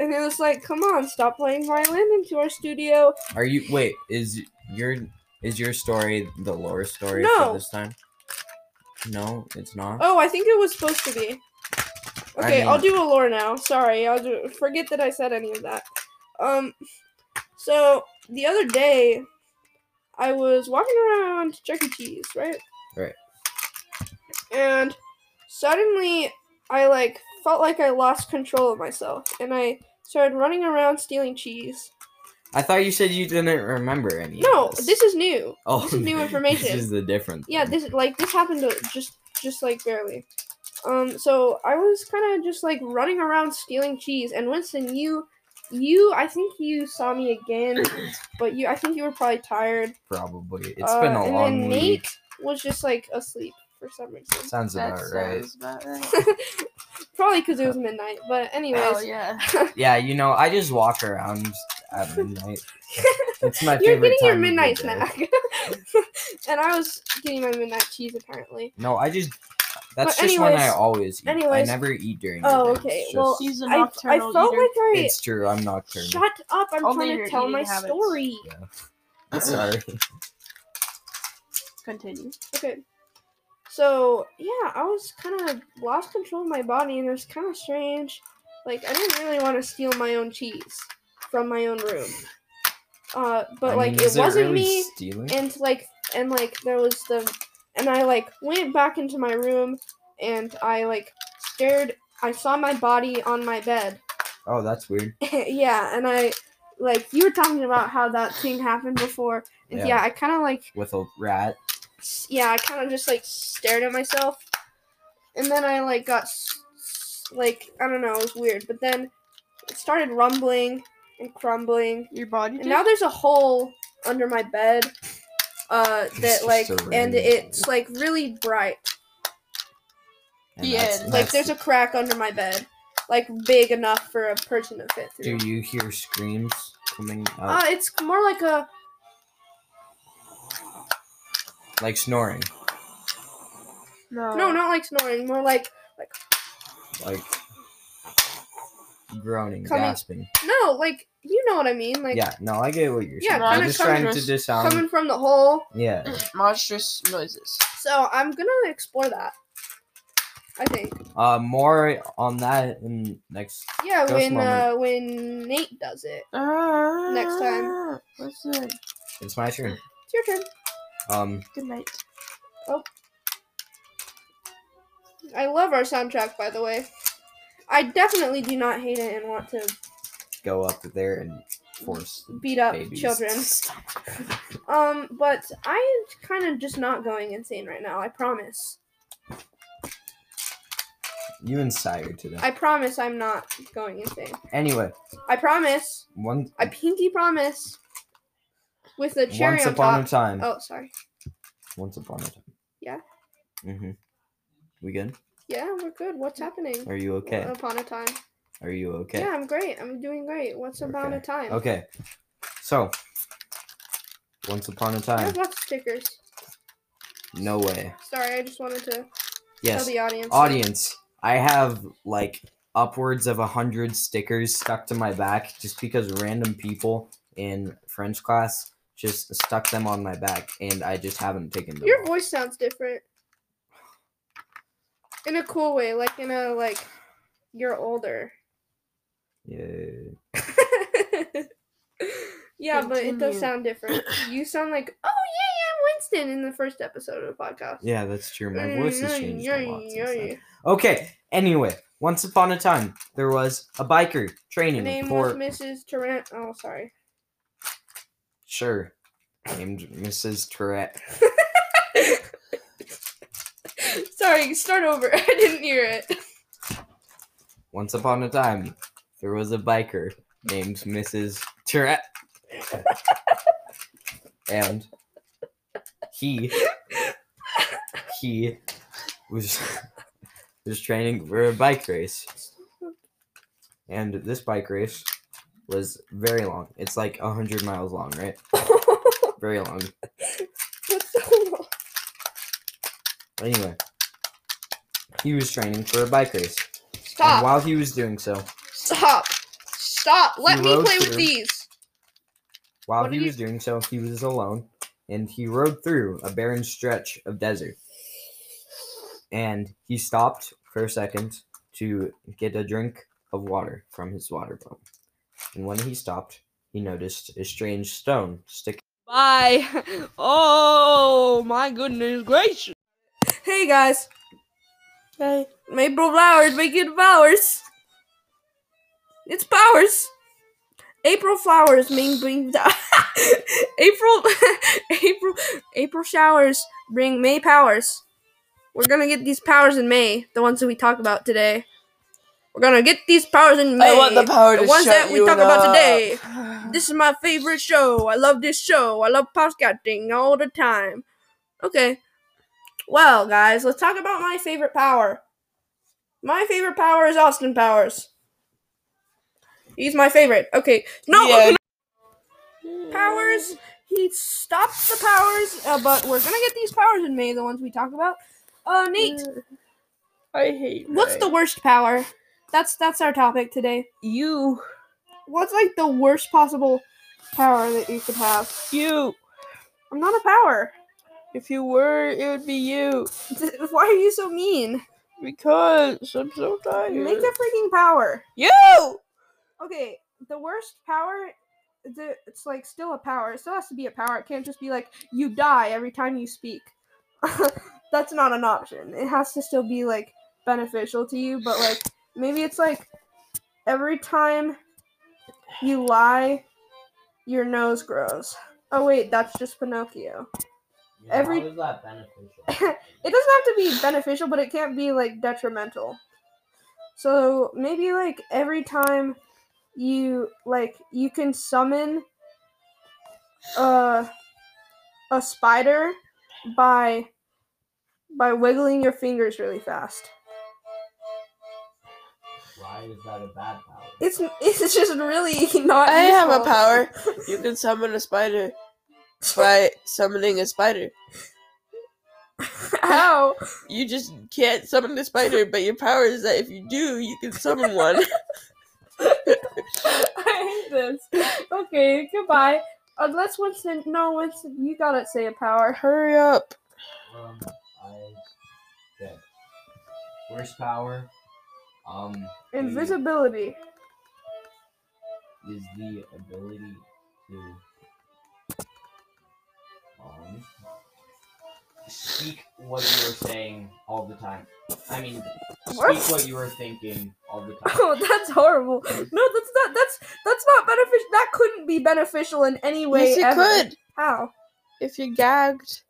[SPEAKER 1] And it was like, come on, stop playing violin into our studio.
[SPEAKER 2] Are you wait, is your is your story the lore story
[SPEAKER 1] No.
[SPEAKER 2] for this time? No, it's not.
[SPEAKER 1] Oh, I think it was supposed to be.
[SPEAKER 2] I
[SPEAKER 1] Okay, I'll
[SPEAKER 2] mean-
[SPEAKER 1] do a lore now. Sorry, I'll do forget that I said any of that. Um so the other day I was walking around Chuck E. Cheese, right?
[SPEAKER 2] Right.
[SPEAKER 1] And suddenly I like felt like I lost control of myself and I started running around stealing cheese.
[SPEAKER 2] I thought you said you didn't remember any. of
[SPEAKER 1] No, this is new.
[SPEAKER 2] oh,
[SPEAKER 1] this is new
[SPEAKER 2] *laughs* This
[SPEAKER 1] information.
[SPEAKER 2] is the difference.
[SPEAKER 1] Yeah, this like this happened to just just like barely. Um, so I was kind of just like running around stealing cheese, and Winston, you, you, I think you saw me
[SPEAKER 2] *clears throat*
[SPEAKER 1] again, but you, I think you were probably tired.
[SPEAKER 2] probably. It's
[SPEAKER 1] It's
[SPEAKER 2] been a long
[SPEAKER 1] Uh, And then
[SPEAKER 2] week.
[SPEAKER 1] Nate was just like asleep for some reason,
[SPEAKER 2] Sounds
[SPEAKER 3] That
[SPEAKER 2] about right.
[SPEAKER 3] sounds
[SPEAKER 1] *laughs*
[SPEAKER 3] about right.
[SPEAKER 1] probably because it
[SPEAKER 2] *laughs*
[SPEAKER 1] was midnight. But anyways,
[SPEAKER 3] Oh yeah.
[SPEAKER 2] Yeah, you know, I just walk around
[SPEAKER 1] *laughs*
[SPEAKER 2] at midnight. It's my
[SPEAKER 1] you're
[SPEAKER 2] favorite
[SPEAKER 1] getting your
[SPEAKER 2] time of the
[SPEAKER 1] midnight
[SPEAKER 2] day.
[SPEAKER 1] snack, *laughs* and I was getting my midnight cheese apparently.
[SPEAKER 2] No, I just. That's
[SPEAKER 1] But
[SPEAKER 2] just when I
[SPEAKER 1] anyways-
[SPEAKER 2] always eat. I
[SPEAKER 1] anyways-
[SPEAKER 2] never eat during.
[SPEAKER 1] Oh,
[SPEAKER 2] the day.
[SPEAKER 1] okay,
[SPEAKER 2] It's
[SPEAKER 1] well,
[SPEAKER 2] just-
[SPEAKER 3] She's a
[SPEAKER 1] I, I
[SPEAKER 3] nocturnal
[SPEAKER 1] felt like
[SPEAKER 3] eater.
[SPEAKER 1] I
[SPEAKER 2] it's true. I'm nocturnal.
[SPEAKER 1] shut up. I'm
[SPEAKER 3] Only
[SPEAKER 1] trying
[SPEAKER 3] your
[SPEAKER 1] to tell my
[SPEAKER 3] eating habits.
[SPEAKER 1] story.
[SPEAKER 2] Sorry.
[SPEAKER 3] Continue.
[SPEAKER 1] Okay. So yeah, I was kind of lost control of my body, and it was kind of strange. Like I didn't really want to steal my own cheese from my own room. Uh, but
[SPEAKER 2] *laughs* I
[SPEAKER 1] like
[SPEAKER 2] mean,
[SPEAKER 1] it
[SPEAKER 2] is
[SPEAKER 1] wasn't
[SPEAKER 2] really
[SPEAKER 1] me,
[SPEAKER 2] Stealing?
[SPEAKER 1] and like and like there was the, and I like went back into my room, and I like stared. I saw my body on my bed. *laughs*
[SPEAKER 2] Oh, that's weird.
[SPEAKER 1] yeah, and I like you were talking about how that thing happened before. And
[SPEAKER 2] Yeah.
[SPEAKER 1] yeah I kind of like
[SPEAKER 2] With a rat.
[SPEAKER 1] s- yeah, I kind of just like stared at myself, and then I like got s- s- like I don't know, it was weird. But then it started rumbling and crumbling,
[SPEAKER 3] Your body.
[SPEAKER 1] and now there's a hole under my bed, uh, that
[SPEAKER 2] just
[SPEAKER 1] like,
[SPEAKER 2] a
[SPEAKER 1] and
[SPEAKER 2] random
[SPEAKER 1] it's like really bright.
[SPEAKER 2] and
[SPEAKER 3] The
[SPEAKER 2] that's-
[SPEAKER 1] Like
[SPEAKER 3] end.
[SPEAKER 2] that's-
[SPEAKER 1] there's a crack under my bed, like big enough for a person to fit
[SPEAKER 2] Do
[SPEAKER 1] through.
[SPEAKER 2] you hear screams coming
[SPEAKER 1] Uh,
[SPEAKER 2] out?
[SPEAKER 1] it's more like a
[SPEAKER 2] like snoring.
[SPEAKER 3] No.
[SPEAKER 1] no, not like snoring, more like
[SPEAKER 2] Like groaning,
[SPEAKER 1] Coming-
[SPEAKER 2] gasping.
[SPEAKER 1] no, like you know what I mean, like
[SPEAKER 2] yeah, no, I get what you're
[SPEAKER 1] Yeah,
[SPEAKER 2] saying. I'm
[SPEAKER 3] kinda
[SPEAKER 2] just
[SPEAKER 3] coming
[SPEAKER 2] trying to
[SPEAKER 3] from-
[SPEAKER 2] just sound.
[SPEAKER 1] coming from Mm. the hole.
[SPEAKER 2] Yeah.
[SPEAKER 3] Monstrous noises.
[SPEAKER 1] So I'm gonna explore that. I think.
[SPEAKER 2] Uh, more on that in next.
[SPEAKER 1] Yeah,
[SPEAKER 2] Just
[SPEAKER 1] when uh,
[SPEAKER 2] moment.
[SPEAKER 1] when Nate does it,
[SPEAKER 3] Ah,
[SPEAKER 1] Next time.
[SPEAKER 3] What's it?
[SPEAKER 2] It's my turn.
[SPEAKER 1] it's your turn.
[SPEAKER 2] Um,
[SPEAKER 3] Good night.
[SPEAKER 1] I love our soundtrack, by the way. I definitely do not hate it and want to
[SPEAKER 2] go up there and force. the
[SPEAKER 1] beat up
[SPEAKER 2] babies.
[SPEAKER 1] children. Um, but I am kind of just not going insane right now. I promise.
[SPEAKER 2] You and Sire today.
[SPEAKER 1] I promise I'm not going insane.
[SPEAKER 2] Anyway,
[SPEAKER 1] I promise.
[SPEAKER 2] one
[SPEAKER 1] I pinky promise. With the cherry
[SPEAKER 2] once
[SPEAKER 1] on
[SPEAKER 2] upon
[SPEAKER 1] top.
[SPEAKER 2] a time.
[SPEAKER 1] Oh, sorry.
[SPEAKER 2] Once upon a time.
[SPEAKER 1] Yeah?
[SPEAKER 2] Mhm. We good?
[SPEAKER 1] Yeah, we're good. What's happening?
[SPEAKER 2] Are you okay?
[SPEAKER 1] Upon a time.
[SPEAKER 2] Are you okay?
[SPEAKER 1] Yeah, I'm great. I'm doing great. What's upon a
[SPEAKER 2] Okay.
[SPEAKER 1] time?
[SPEAKER 2] Okay. So, once upon a
[SPEAKER 1] I have
[SPEAKER 2] time.
[SPEAKER 1] lots of stickers.
[SPEAKER 2] No way.
[SPEAKER 1] Sorry, I just wanted to tell
[SPEAKER 2] Yes.
[SPEAKER 1] the audience.
[SPEAKER 2] Audience, I have like upwards of a hundred stickers stuck to my back just because random people in French class just stuck them on my back, and I just haven't taken them.
[SPEAKER 1] Your
[SPEAKER 2] off.
[SPEAKER 1] voice sounds different. In a cool way, like in a like you're older. *laughs*
[SPEAKER 2] Yeah.
[SPEAKER 1] yeah, but it does
[SPEAKER 3] Continue.
[SPEAKER 1] sound different.
[SPEAKER 2] *coughs*
[SPEAKER 1] You sound like, oh yeah, yeah, I'm Winston in the first episode of the podcast. Mm,
[SPEAKER 2] Yeah, that's true. My voice has changed a lot since then.
[SPEAKER 1] His
[SPEAKER 2] Okay. Anyway, once upon a time, there was a biker training
[SPEAKER 1] name was
[SPEAKER 2] for
[SPEAKER 1] Mrs. Tarant. Oh, sorry. *laughs*
[SPEAKER 2] sure, named Mrs. Tourette.
[SPEAKER 1] sorry, start over. *laughs* I didn't hear it.
[SPEAKER 2] Once upon a time, there was a biker named Mrs. Tourette. and he he was was training for a bike race. And this bike race was very long. It's like 100 miles long, right? Very long.
[SPEAKER 1] What's so long?
[SPEAKER 2] Anyway, he was training for a bike race. And
[SPEAKER 1] Stop.
[SPEAKER 2] while he was doing so,
[SPEAKER 1] Stop. Stop. Let
[SPEAKER 2] He
[SPEAKER 1] me
[SPEAKER 2] rode
[SPEAKER 1] play with
[SPEAKER 2] through.
[SPEAKER 1] these.
[SPEAKER 2] While
[SPEAKER 1] What
[SPEAKER 2] he
[SPEAKER 1] did
[SPEAKER 2] was doing so, he was alone, and he rode through a barren stretch of desert. And he stopped for a second to get a drink of water from his water bottle. And when he stopped, he noticed a strange stone sticking.
[SPEAKER 1] Bye. *laughs* Oh my goodness gracious. Hey guys,
[SPEAKER 3] Hey.
[SPEAKER 1] Maple Flowers making flowers. It's powers. April flowers mean bring *laughs* April *laughs* April April showers bring May powers. We're gonna get these powers in May, the ones that we talk about today. We're gonna get these powers in May.
[SPEAKER 3] I want the power to
[SPEAKER 1] the ones
[SPEAKER 3] shut
[SPEAKER 1] that we
[SPEAKER 3] you
[SPEAKER 1] talk about
[SPEAKER 3] up.
[SPEAKER 1] today.
[SPEAKER 3] *sighs*
[SPEAKER 1] This is my favorite show. I love this show. I love podcasting all the time. Okay. Well, guys, let's talk about my favorite power. My favorite power is Austin Powers. He's my favorite. Okay. No,
[SPEAKER 3] Yeah.
[SPEAKER 1] okay, no. powers. He stopped the powers, uh, but we're gonna get these powers in May, the ones we talk about. Uh, Nate,
[SPEAKER 3] *sighs* Mm, I hate.
[SPEAKER 1] what's the worst power? That's that's our topic today.
[SPEAKER 3] you?
[SPEAKER 1] What's like the worst possible power that you could have?
[SPEAKER 3] You.
[SPEAKER 1] I'm not a power.
[SPEAKER 3] If you were, it would be you.
[SPEAKER 1] *laughs* Why are you so mean?
[SPEAKER 3] Because I'm so tired.
[SPEAKER 1] Make a freaking power.
[SPEAKER 3] you.
[SPEAKER 1] Okay, the worst power. The, it's like still a power. It still has to be a power. It can't just be like you die every time you speak. *laughs* That's not an option. It has to still be like beneficial to you, but like maybe it's like every time you lie, your nose grows. Oh wait, that's just Pinocchio. Every- how
[SPEAKER 2] that
[SPEAKER 1] beneficial?
[SPEAKER 2] beneficial?
[SPEAKER 1] *laughs* it doesn't have to be beneficial, but it can't be like detrimental. So maybe like every time you like you can summon uh a spider by by wiggling your fingers really fast.
[SPEAKER 2] Why is that a bad power?
[SPEAKER 1] It's *laughs* it's just really not.
[SPEAKER 3] I have a
[SPEAKER 1] useful.
[SPEAKER 3] power. You can summon a *laughs* spider by summoning a spider.
[SPEAKER 1] How?
[SPEAKER 3] You just can't summon the spider, but your power is that if you do, you can summon *laughs* one.
[SPEAKER 1] *laughs* I hate this. Okay, goodbye. Unless Winston, no Winston, you gotta say a power.
[SPEAKER 3] Hurry up.
[SPEAKER 2] Um, I. horsepower. Um,
[SPEAKER 3] Hmm.
[SPEAKER 1] Invisibility. *laughs*
[SPEAKER 2] is the ability to um, speak what you were saying all the time. I mean, speak
[SPEAKER 1] What?
[SPEAKER 2] what you were thinking all
[SPEAKER 1] *laughs*
[SPEAKER 2] the time.
[SPEAKER 1] Oh, that's horrible. No, that's not. That's that's not beneficial. That couldn't be beneficial in any way.
[SPEAKER 3] yes, it
[SPEAKER 1] ever.
[SPEAKER 3] could
[SPEAKER 1] How?
[SPEAKER 3] if you gagged.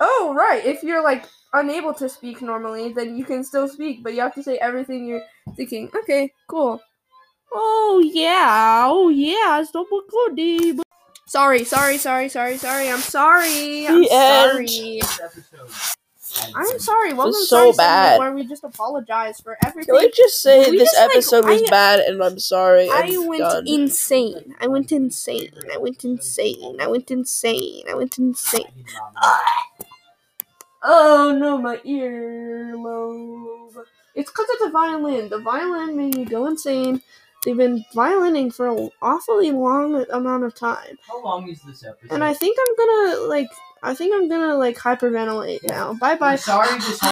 [SPEAKER 1] Oh, right. If you're like unable to speak normally, then you can still speak, but you have to say everything you're thinking. Okay, cool. Oh yeah, oh yeah, it's double goodie. but- Sorry, sorry, sorry, sorry, sorry. I'm sorry. I'm
[SPEAKER 3] The end.
[SPEAKER 1] sorry.
[SPEAKER 2] This episode had
[SPEAKER 1] I'm
[SPEAKER 2] some-
[SPEAKER 1] sorry. Welcome
[SPEAKER 3] was
[SPEAKER 1] to
[SPEAKER 3] so
[SPEAKER 1] Sorry Segment,
[SPEAKER 3] bad.
[SPEAKER 1] Where we just apologize for
[SPEAKER 3] Can we
[SPEAKER 1] everything.
[SPEAKER 3] just say
[SPEAKER 1] We
[SPEAKER 3] this
[SPEAKER 1] just, like,
[SPEAKER 3] episode was
[SPEAKER 1] I-
[SPEAKER 3] bad and I'm sorry?
[SPEAKER 1] I
[SPEAKER 3] and
[SPEAKER 1] went
[SPEAKER 3] done.
[SPEAKER 1] insane. I went insane. I went insane. I went insane. I went insane. Oh no, my earlobe. It's because it's a violin. The violin made me go insane. They've been violining for an awfully long amount of time.
[SPEAKER 2] How long is this episode?
[SPEAKER 1] And I think I'm gonna, like, I think I'm gonna, like, hyperventilate now. Bye bye.
[SPEAKER 2] I'm sorry this